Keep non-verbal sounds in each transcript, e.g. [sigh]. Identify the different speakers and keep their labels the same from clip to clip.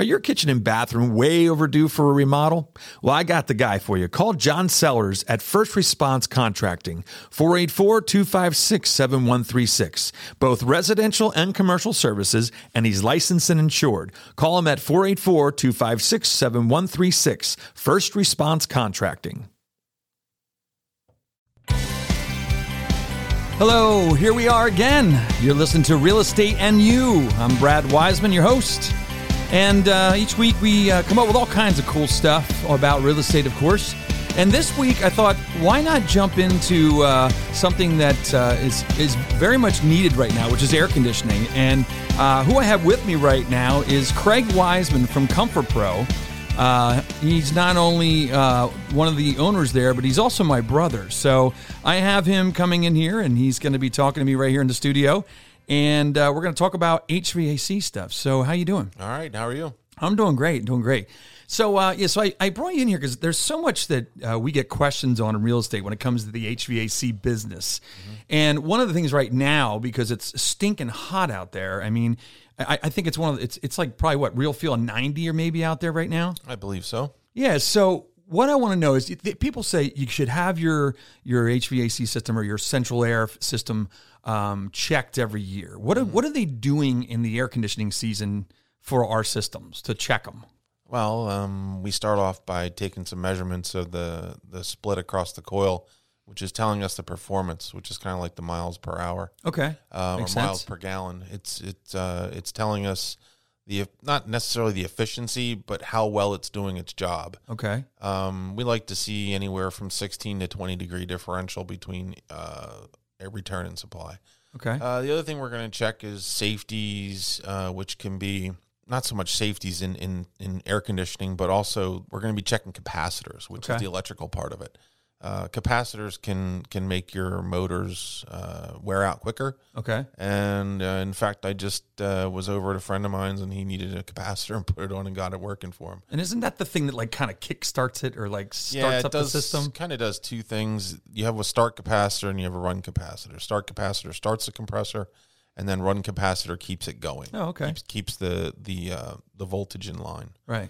Speaker 1: Are your kitchen and bathroom way overdue for a remodel? Well, I got the guy for you. Call John Sellers at First Response Contracting, 484 256 7136. Both residential and commercial services, and he's licensed and insured. Call him at 484 256 7136. First Response Contracting.
Speaker 2: Hello, here we are again. You're listening to Real Estate and You. I'm Brad Wiseman, your host. And uh, each week we uh, come up with all kinds of cool stuff about real estate, of course. And this week I thought, why not jump into uh, something that uh, is is very much needed right now, which is air conditioning. And uh, who I have with me right now is Craig Wiseman from Comfort Pro. Uh, he's not only uh, one of the owners there, but he's also my brother. So I have him coming in here, and he's going to be talking to me right here in the studio. And uh, we're going to talk about HVAC stuff. So how you doing?
Speaker 3: All right, how are you?
Speaker 2: I'm doing great, doing great. So uh, yeah, so I, I brought you in here because there's so much that uh, we get questions on in real estate when it comes to the HVAC business, and one of the things right now because it's stinking hot out there. I mean, I, I think it's one of the, it's it's like probably what real feel 90 or maybe out there right now.
Speaker 3: I believe so.
Speaker 2: Yeah. So what I want to know is th- people say you should have your your HVAC system or your central air f- system um, checked every year. What are, what are they doing in the air conditioning season for our systems to check them?
Speaker 3: Well, um, we start off by taking some measurements of the the split across the coil, which is telling us the performance, which is kind of like the miles per hour
Speaker 2: Okay.
Speaker 3: uh, or
Speaker 2: Makes
Speaker 3: miles
Speaker 2: sense.
Speaker 3: per gallon. It's it's uh, it's telling us the not necessarily the efficiency, but how well it's doing its job.
Speaker 2: Okay.
Speaker 3: Um, we like to see anywhere from 16 to 20 degree differential between uh, a return and supply.
Speaker 2: Okay.
Speaker 3: Uh, the other thing we're going to check is safeties, uh, which can be not so much safeties in, in, in air conditioning, but also we're going to be checking capacitors, which
Speaker 2: Okay.
Speaker 3: is the electrical part of it. Uh, capacitors can can make your motors uh, wear out quicker.
Speaker 2: okay.
Speaker 3: And uh, in fact, I just uh, was over at a friend of mine's and he needed a capacitor and [laughs] put it on and got it working for him.
Speaker 2: And isn't that the thing that like kind of kick starts it or like starts up the system?
Speaker 3: Kind of does two things. You have a start capacitor and you have a run capacitor. Start capacitor starts the compressor, and then run capacitor keeps it going.
Speaker 2: Oh, okay.
Speaker 3: Keeps, keeps the the uh, the voltage in line.
Speaker 2: Right.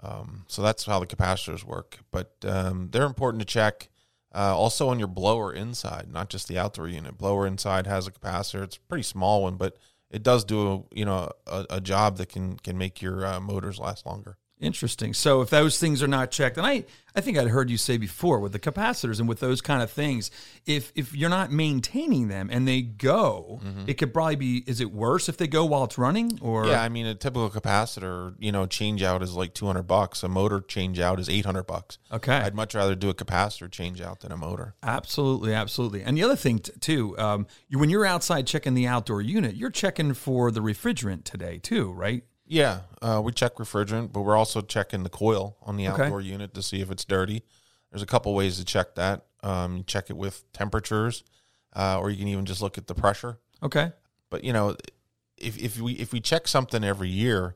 Speaker 3: Um, so that's how the capacitors work. But um, they're important to check. Uh, also on your blower inside, not just the outdoor unit. Blower inside has a capacitor. It's a pretty small one, but it does do you know a, a job that can can make your uh, motors last longer.
Speaker 2: Interesting. So if those things are not checked, and I, I think I'd heard you say before with the capacitors and with those kind of things, if if you're not maintaining them and they go, it could probably be is it worse if they go while it's running or
Speaker 3: Mm-hmm. Yeah, I mean a typical capacitor, you know, change out is like 200 bucks. A motor change out is 800 bucks.
Speaker 2: okay.
Speaker 3: I'd much rather do a capacitor change out than a motor.
Speaker 2: Absolutely, absolutely. And the other thing t- too, um, you, when you're outside checking the outdoor unit, you're checking for the refrigerant today too, right?
Speaker 3: Yeah, uh, we check refrigerant, but we're also checking the coil on the
Speaker 2: Okay.
Speaker 3: outdoor unit to see if it's dirty. There's a couple ways to check that. Um, you check it with temperatures, uh, or you can even just look at the pressure.
Speaker 2: Okay.
Speaker 3: But you know, if if we if we check something every year,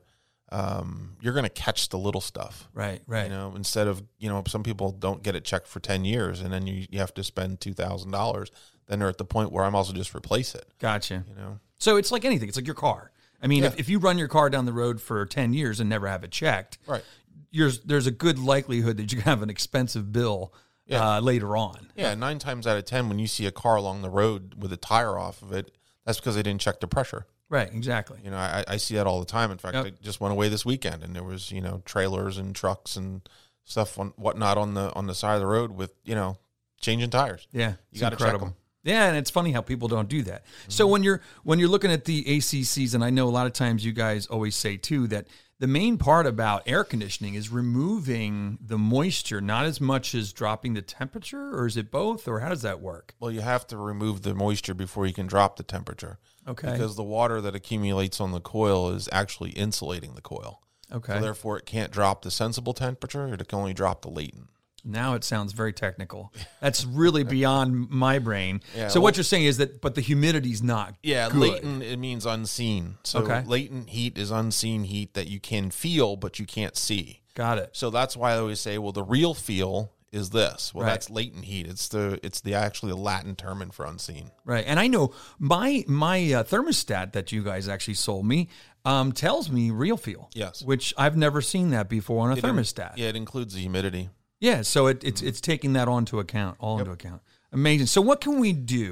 Speaker 3: um, you're going to catch the little stuff.
Speaker 2: Right. Right.
Speaker 3: you know instead of you know some people don't get it checked for 10 years and then you, you have to spend $2000 then they're at the point where i'm also just replace it
Speaker 2: Gotcha.
Speaker 3: you know
Speaker 2: So it's like anything. It's like your car. I mean, if,
Speaker 3: Yeah.
Speaker 2: if you run your car down the road for 10 years and never have it checked,
Speaker 3: right
Speaker 2: you're, there's a good likelihood that you have an expensive bill uh, later on.
Speaker 3: yeah nine times out of ten when you see a car along the road with a tire off of it that's because they didn't check the pressure
Speaker 2: Right. Exactly.
Speaker 3: you know i, I see that all the time in fact
Speaker 2: Yep.
Speaker 3: i just went away this weekend and there was you know trailers and trucks and stuff on whatnot on the on the side of the road with you know changing tires
Speaker 2: Yeah, it's
Speaker 3: gotta check Mm-hmm. 'em.
Speaker 2: Yeah, and it's funny how people don't do that. So when you're when you're looking at the AC season, I know a lot of times you guys always say too that the main part about air conditioning is removing the moisture, not as much as dropping the temperature, or is it both, or how does that work?
Speaker 3: well you have to remove the moisture before you can drop the temperature
Speaker 2: Okay.
Speaker 3: because the water that accumulates on the coil is actually insulating the coil.
Speaker 2: okay.
Speaker 3: So therefore, it can't drop the sensible temperature. It can only drop the latent.
Speaker 2: now it sounds very
Speaker 3: [laughs]
Speaker 2: technical. That's really beyond my brain.
Speaker 3: Yeah,
Speaker 2: so what you're saying is that but the humidity's not
Speaker 3: Yeah,
Speaker 2: good.
Speaker 3: latent it means unseen. So
Speaker 2: Okay.
Speaker 3: latent heat is unseen heat that you can feel but you can't see.
Speaker 2: Got it.
Speaker 3: So that's why I always say, well, the real feel is this? Well,
Speaker 2: Right.
Speaker 3: that's latent heat. It's the it's the actually the Latin term in for unseen.
Speaker 2: Right, and I know my my uh, thermostat that you guys actually sold me um, tells me real feel.
Speaker 3: Yes.
Speaker 2: which I've never seen that before on a
Speaker 3: It in-
Speaker 2: thermostat.
Speaker 3: Yeah, Mm-hmm. it includes the humidity.
Speaker 2: Yeah, so it, it's it's taking that onto account, all into account. Amazing. So what can we do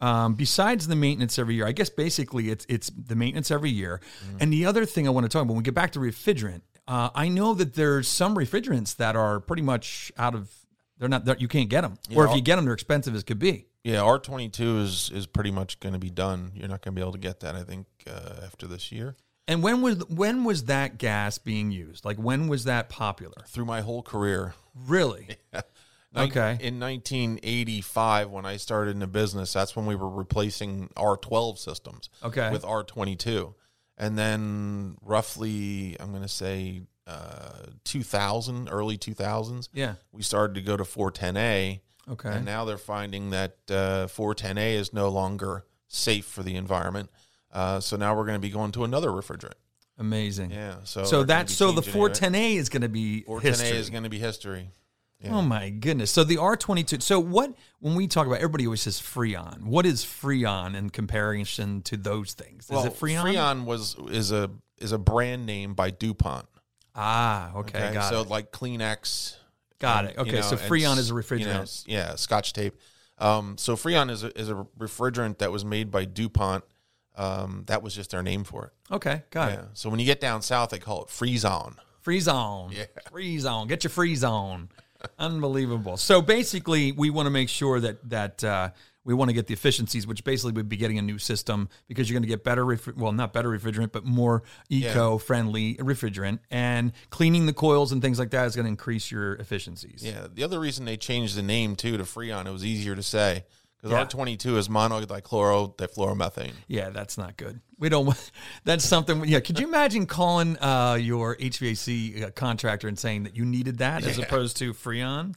Speaker 2: um, besides the maintenance every year? I guess basically it's it's the maintenance every year.
Speaker 3: Mm-hmm.
Speaker 2: And the other thing I want to talk about when we get back to refrigerant, uh, I know that there's some refrigerants that are pretty much out of they're not they're, you can't get them, or if you get them, they're expensive as could be.
Speaker 3: Yeah, R twenty two is is pretty much going to be done. You're not going to be able to get that. I think uh, after this year.
Speaker 2: And when was when was that gas being used? Like when was that popular?
Speaker 3: Through my whole career,
Speaker 2: Really?
Speaker 3: [laughs] Nin-
Speaker 2: Okay.
Speaker 3: In 1985, when I started in the business, that's when we were replacing R12 systems
Speaker 2: Okay.
Speaker 3: with R22. And then roughly, I'm going to say uh, 2000, early 2000s,
Speaker 2: Yeah.
Speaker 3: we started to go to 410A.
Speaker 2: Okay.
Speaker 3: And now they're finding that uh, 410A is no longer safe for the environment. Uh, so now we're going to be going to another refrigerant.
Speaker 2: Amazing.
Speaker 3: Yeah. So
Speaker 2: So
Speaker 3: they're gonna
Speaker 2: that's
Speaker 3: be
Speaker 2: so the
Speaker 3: changing it.
Speaker 2: 410A is going to be
Speaker 3: 410A
Speaker 2: history.
Speaker 3: is going to be history.
Speaker 2: Oh my goodness! So the R twenty two. So what? When we talk about everybody always says Freon. What is Freon in comparison to those things? Is
Speaker 3: Well,
Speaker 2: it Freon?
Speaker 3: was is a is a brand name by DuPont.
Speaker 2: Ah, okay,
Speaker 3: Okay,
Speaker 2: got
Speaker 3: so
Speaker 2: it.
Speaker 3: like Kleenex.
Speaker 2: Got
Speaker 3: and,
Speaker 2: it.
Speaker 3: you
Speaker 2: Okay,
Speaker 3: know,
Speaker 2: so
Speaker 3: and
Speaker 2: Freon
Speaker 3: s-
Speaker 2: is a refrigerant.
Speaker 3: you know, s- yeah, Scotch tape. Um, so Freon is a, is a refrigerant that was made by DuPont. Um, that was just their name for it.
Speaker 2: okay, got it.
Speaker 3: Yeah. So when you get down south, they call it Freeze On.
Speaker 2: Freeze on. Yeah. Freeze on. Get your freeze on. Unbelievable. So basically, we want to make sure that that uh, we want to get the efficiencies, which basically would be getting a new system because you're going to get better, refri- well, not better refrigerant, but more eco-friendly refrigerant, and cleaning the coils and things like that is going to increase your efficiencies.
Speaker 3: Yeah. The other reason they changed the name too to Freon, it was easier to say because
Speaker 2: Yeah.
Speaker 3: R22 is monodichloro-difluoromethane.
Speaker 2: Yeah, that's not good. We don't. want [laughs] That's something. Yeah, could you imagine calling uh, your HVAC uh, contractor and saying that you needed that as opposed to Freon?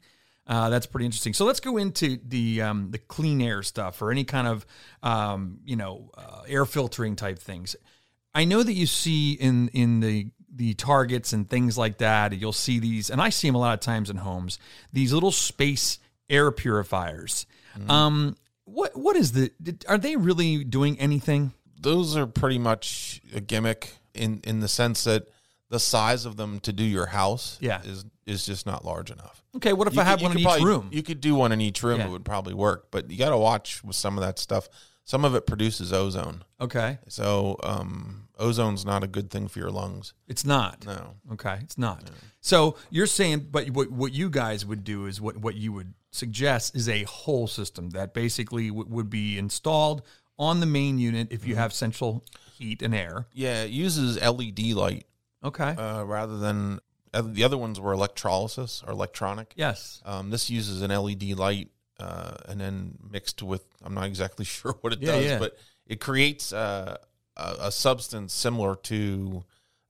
Speaker 2: Uh, that's pretty interesting. So let's go into the um, the clean air stuff or any kind of um, you know uh, air filtering type things. I know that you see in in the the targets and things like that. You'll see these, and I see them a lot of times in homes. These little space air purifiers. Um, what what is the? did- Are they really doing anything?
Speaker 3: those are pretty much a gimmick in in the sense that the size of them to do your house
Speaker 2: Yeah.
Speaker 3: is is just not large enough.
Speaker 2: Okay, what if I
Speaker 3: could-
Speaker 2: have one in
Speaker 3: could
Speaker 2: each
Speaker 3: probably-
Speaker 2: room?
Speaker 3: You could do one in each room.
Speaker 2: Yeah.
Speaker 3: It would probably work, but you got to watch with some of that stuff. Some of it produces ozone,
Speaker 2: okay,
Speaker 3: so um, ozone's not a good thing for your lungs.
Speaker 2: it's not.
Speaker 3: No,
Speaker 2: Okay, it's not. So you're saying, but what what you guys would do is what what you would suggest is a whole system that basically w- would be installed on the main unit if
Speaker 3: Mm-hmm.
Speaker 2: you have central heat and air.
Speaker 3: yeah, it uses LED light
Speaker 2: Okay.
Speaker 3: uh, rather than uh, the other ones were electrolysis or electronic.
Speaker 2: yes.
Speaker 3: Um, this uses an LED light uh, and then mixed with, I'm not exactly [laughs] sure what it
Speaker 2: Yeah,
Speaker 3: does,
Speaker 2: yeah.
Speaker 3: but it creates uh, a, a substance similar to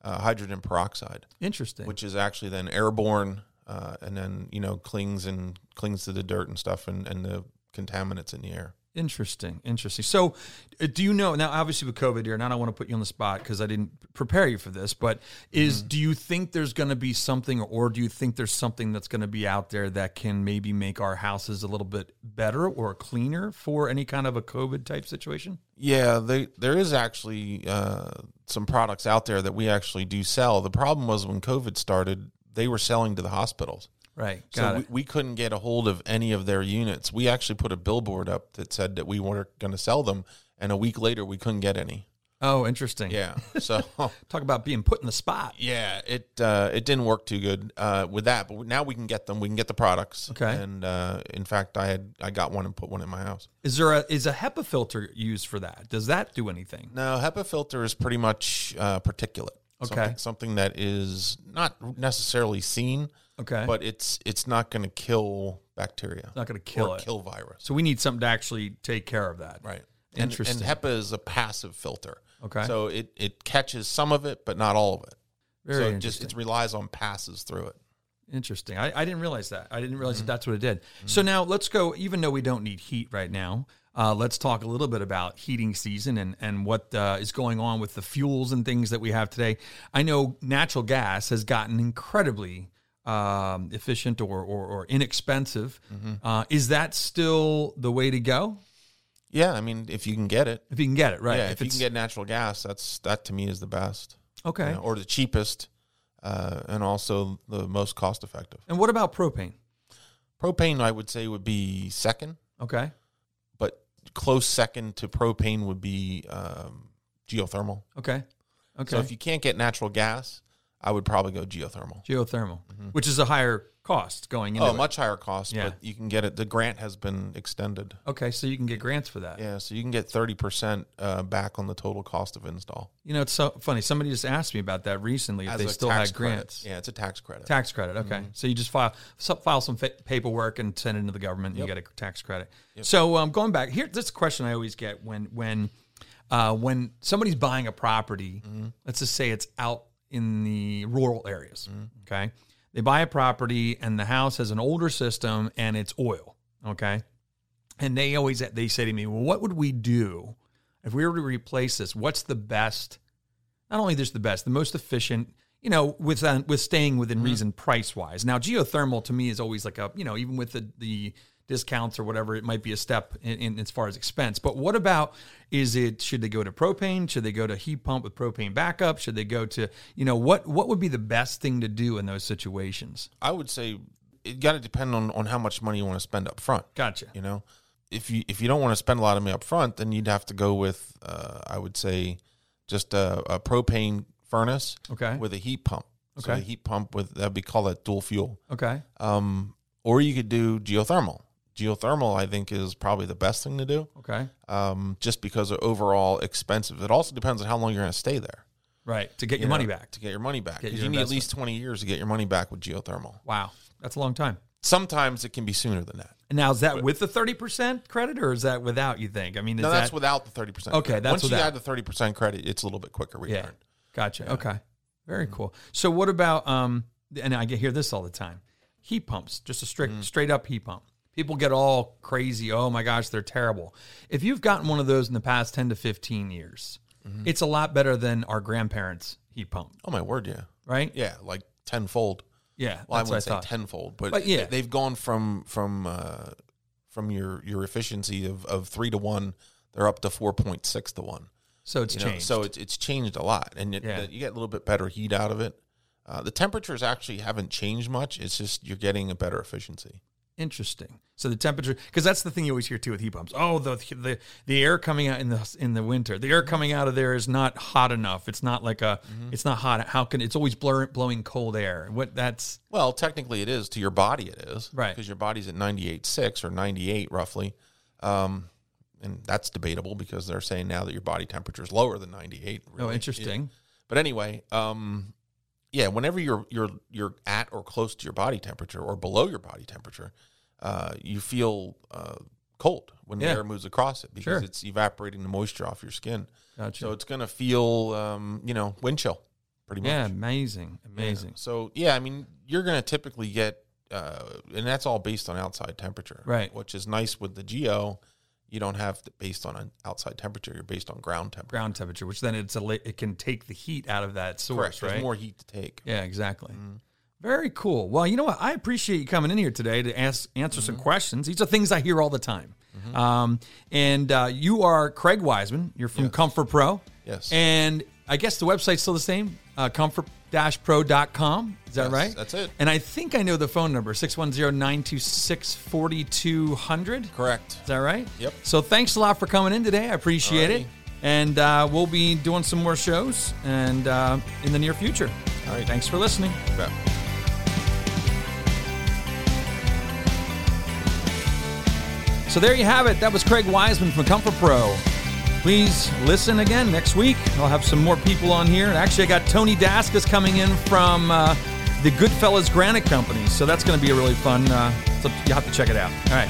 Speaker 3: uh, hydrogen peroxide,
Speaker 2: Interesting.
Speaker 3: which is actually then airborne uh, and then, you know, clings and clings to the dirt and stuff and, and the contaminants in the air.
Speaker 2: Interesting, interesting. So, uh, do you know now? Obviously, with COVID here, and I don't want to put you on the spot because I didn't prepare you for this. But is do you think there's going to be something, or do you think there's something that's going to be out there that can maybe make our houses a little bit better or cleaner for any kind of a COVID type situation?
Speaker 3: Yeah, they, there is actually uh, some products out there that we actually do sell. The problem was when COVID started, they were selling to the hospitals.
Speaker 2: Right. Got
Speaker 3: So
Speaker 2: it.
Speaker 3: we, we couldn't get a hold of any of their units. We actually put a billboard up that said that we weren't going to sell them, and a week later we couldn't get any.
Speaker 2: oh, interesting.
Speaker 3: Yeah. [laughs] So
Speaker 2: Talk about being put in the spot.
Speaker 3: yeah, it uh, it didn't work too good uh, with that. But now we can get them. We can get the products.
Speaker 2: Okay.
Speaker 3: And uh, in fact, I had I got one and put one in my house.
Speaker 2: Is there a is a HEPA filter used for that? Does that do anything?
Speaker 3: Now HEPA filter is pretty much uh, particulate.
Speaker 2: Okay.
Speaker 3: Something, something that is not necessarily seen,
Speaker 2: Okay.
Speaker 3: but it's it's not going to kill bacteria.
Speaker 2: not going to kill
Speaker 3: or
Speaker 2: it.
Speaker 3: kill virus.
Speaker 2: so we need something to actually take care of that.
Speaker 3: Right.
Speaker 2: Interesting.
Speaker 3: And, and HEPA is a passive filter.
Speaker 2: Okay.
Speaker 3: So it, it catches some of it, but not all of it.
Speaker 2: Very
Speaker 3: so it
Speaker 2: interesting.
Speaker 3: just it relies on passes through it.
Speaker 2: Interesting. I, I didn't realize that. I didn't
Speaker 3: Mm-hmm.
Speaker 2: realize that that's what it did. So now let's go, even though we don't need heat right now, uh, let's talk a little bit about heating season and, and what uh, is going on with the fuels and things that we have today. I know natural gas has gotten incredibly um, efficient or, or, or inexpensive.
Speaker 3: Mm-hmm.
Speaker 2: Uh, is that still the way to go?
Speaker 3: Yeah, I mean, if you can get it,
Speaker 2: If you can get it, right?
Speaker 3: yeah, if, you
Speaker 2: it's-
Speaker 3: can get natural gas, that's that to me is the best,
Speaker 2: okay.
Speaker 3: you know, or the cheapest, uh, and also the most cost effective.
Speaker 2: And what about propane?
Speaker 3: Propane, I would say, would be second,
Speaker 2: Okay.
Speaker 3: but close second to propane would be um, geothermal.
Speaker 2: Okay. Okay.
Speaker 3: So if you can't get natural gas, I would probably go geothermal.
Speaker 2: Geothermal, which is a higher cost going into
Speaker 3: Mm-hmm. Oh,
Speaker 2: it.
Speaker 3: much higher cost,
Speaker 2: Yeah.
Speaker 3: but you can get it. The grant has been extended.
Speaker 2: Okay, so you can get grants for that.
Speaker 3: Yeah, so you can get 30% uh, back on the total cost of install.
Speaker 2: You know, it's so funny. Somebody just asked me about that recently. If
Speaker 3: As
Speaker 2: they
Speaker 3: a
Speaker 2: still
Speaker 3: tax
Speaker 2: had grants,
Speaker 3: Credit. Yeah, it's a tax credit.
Speaker 2: tax credit. Okay, so you just file so- file some fa- paperwork and send it into the government. and You get a tax credit. So um, going back here, this is a question I always get when when uh, when somebody's buying a property. Let's just say it's out in the rural areas. Okay, they buy a property and the house has an older system and it's oil. Okay, and they always they say to me, "Well, what would we do if we were to replace this? What's the best? Not only just the best, the most efficient." You know, with uh, with staying within
Speaker 3: Mm-hmm.
Speaker 2: reason price wise. Now, geothermal to me is always like a you know even with the the discounts or whatever, it might be a step in, in as far as expense. But what about is it? Should they go to propane? Should they go to heat pump with propane backup? Should they go to you know what what would be the best thing to do in those situations?
Speaker 3: I would say it got to depend on, on how much money you want to spend up front.
Speaker 2: Gotcha.
Speaker 3: You know, if you if you don't want to spend a lot of money up front, then you'd have to go with uh, I would say just a, a propane furnace
Speaker 2: Okay.
Speaker 3: with a heat pump. So
Speaker 2: Okay.
Speaker 3: the heat pump with that'd be called that dual fuel.
Speaker 2: Okay.
Speaker 3: Um, or you could do geothermal. Geothermal, I think, is probably the best thing to do,
Speaker 2: Okay.
Speaker 3: um, just because of overall expensive. It also depends on how long you're going to stay there
Speaker 2: Right. To get your money
Speaker 3: know,
Speaker 2: back.
Speaker 3: to get your money back.
Speaker 2: Get
Speaker 3: Because
Speaker 2: your
Speaker 3: you need at
Speaker 2: investment.
Speaker 3: least twenty years to get your money back with geothermal.
Speaker 2: Wow, that's a long time.
Speaker 3: Sometimes it can be sooner than that.
Speaker 2: And now is that with the thirty percent credit or is that without? You think? I mean, is
Speaker 3: No,
Speaker 2: that
Speaker 3: that's without the thirty percent.
Speaker 2: Okay, that's
Speaker 3: once
Speaker 2: without.
Speaker 3: you add the thirty percent credit, it's a little bit quicker return.
Speaker 2: yeah? Gotcha. Okay, very
Speaker 3: Mm-hmm.
Speaker 2: cool. So what about um? And I get hear this all the time: heat pumps, just a strict,
Speaker 3: Mm.
Speaker 2: straight up heat pump. People get all crazy. Oh my gosh, they're terrible. If you've gotten one of those in the past ten to fifteen years,
Speaker 3: Mm-hmm.
Speaker 2: it's a lot better than our grandparents' heat pump,
Speaker 3: Oh my word, yeah,
Speaker 2: right?
Speaker 3: yeah, like tenfold.
Speaker 2: Yeah,
Speaker 3: Well,
Speaker 2: that's
Speaker 3: I wouldn't
Speaker 2: what I
Speaker 3: say
Speaker 2: thought.
Speaker 3: tenfold, but,
Speaker 2: But yeah.
Speaker 3: they've gone from from uh, from your your efficiency of, of three to one, they're up to four point six to one.
Speaker 2: so it's
Speaker 3: You know,
Speaker 2: changed.
Speaker 3: so it's it's changed a lot, and it,
Speaker 2: Yeah.
Speaker 3: that you get a little bit better heat out of it. Uh, the temperatures actually haven't changed much. It's just you're getting a better efficiency.
Speaker 2: Interesting. So the temperature, because that's the thing you always hear too with heat pumps. Oh, the the the air coming out in the in the winter, the air coming out of there is not hot enough. It's not like a,
Speaker 3: Mm-hmm.
Speaker 2: it's not hot. How can it's always blur, blowing cold air? What that's
Speaker 3: Well, technically, it is to your body. It is
Speaker 2: Right.
Speaker 3: because your body's at ninety eight six or ninety eight roughly, um, and that's debatable because they're saying now that your body temperature is lower than ninety eight.
Speaker 2: oh interesting.
Speaker 3: But anyway, um, yeah, whenever you're you're you're at or close to your body temperature or below your body temperature, uh, you feel uh, cold when
Speaker 2: Yeah.
Speaker 3: the air moves across it because
Speaker 2: Sure.
Speaker 3: it's evaporating the moisture off your skin.
Speaker 2: Gotcha.
Speaker 3: So it's gonna feel um, you know wind chill, pretty much.
Speaker 2: yeah, amazing, amazing.
Speaker 3: So yeah, I mean, you're going to typically get, uh, and that's all based on outside temperature,
Speaker 2: Right.
Speaker 3: Which is nice with the geo. You don't have to, based on an outside temperature. You're based on ground temperature.
Speaker 2: Ground temperature, which then it's a li- it can take the heat out of that source,
Speaker 3: Correct.
Speaker 2: right?
Speaker 3: There's more heat to take. Mm-hmm.
Speaker 2: Yeah, exactly. Very cool. Well, you know what? I appreciate you coming in here today to ask, answer
Speaker 3: Mm-hmm.
Speaker 2: some questions. These are things I hear all the time. Um, and uh, you are Craig Wiseman. You're from Comfort Pro.
Speaker 3: Yes.
Speaker 2: And I guess the website's still the same uh, comfort pro.com. Is that
Speaker 3: Yes,
Speaker 2: right?
Speaker 3: that's it.
Speaker 2: And I think I know the phone number 610 926 4200.
Speaker 3: Correct.
Speaker 2: Is that right?
Speaker 3: Yep.
Speaker 2: So thanks a lot for coming in today. I appreciate it.
Speaker 3: Alrighty.
Speaker 2: And uh, we'll be doing some more shows and uh, in the near future. All right. Thanks for listening.
Speaker 3: Yeah.
Speaker 2: So there you have it. That was Craig Wiseman from Comfort Pro. Please listen again next week. I'll have some more people on here. And actually, I got Tony Daskus coming in from uh, the Goodfellas Granite Company. So that's going to be a really fun. Uh, so you have to check it out. All right.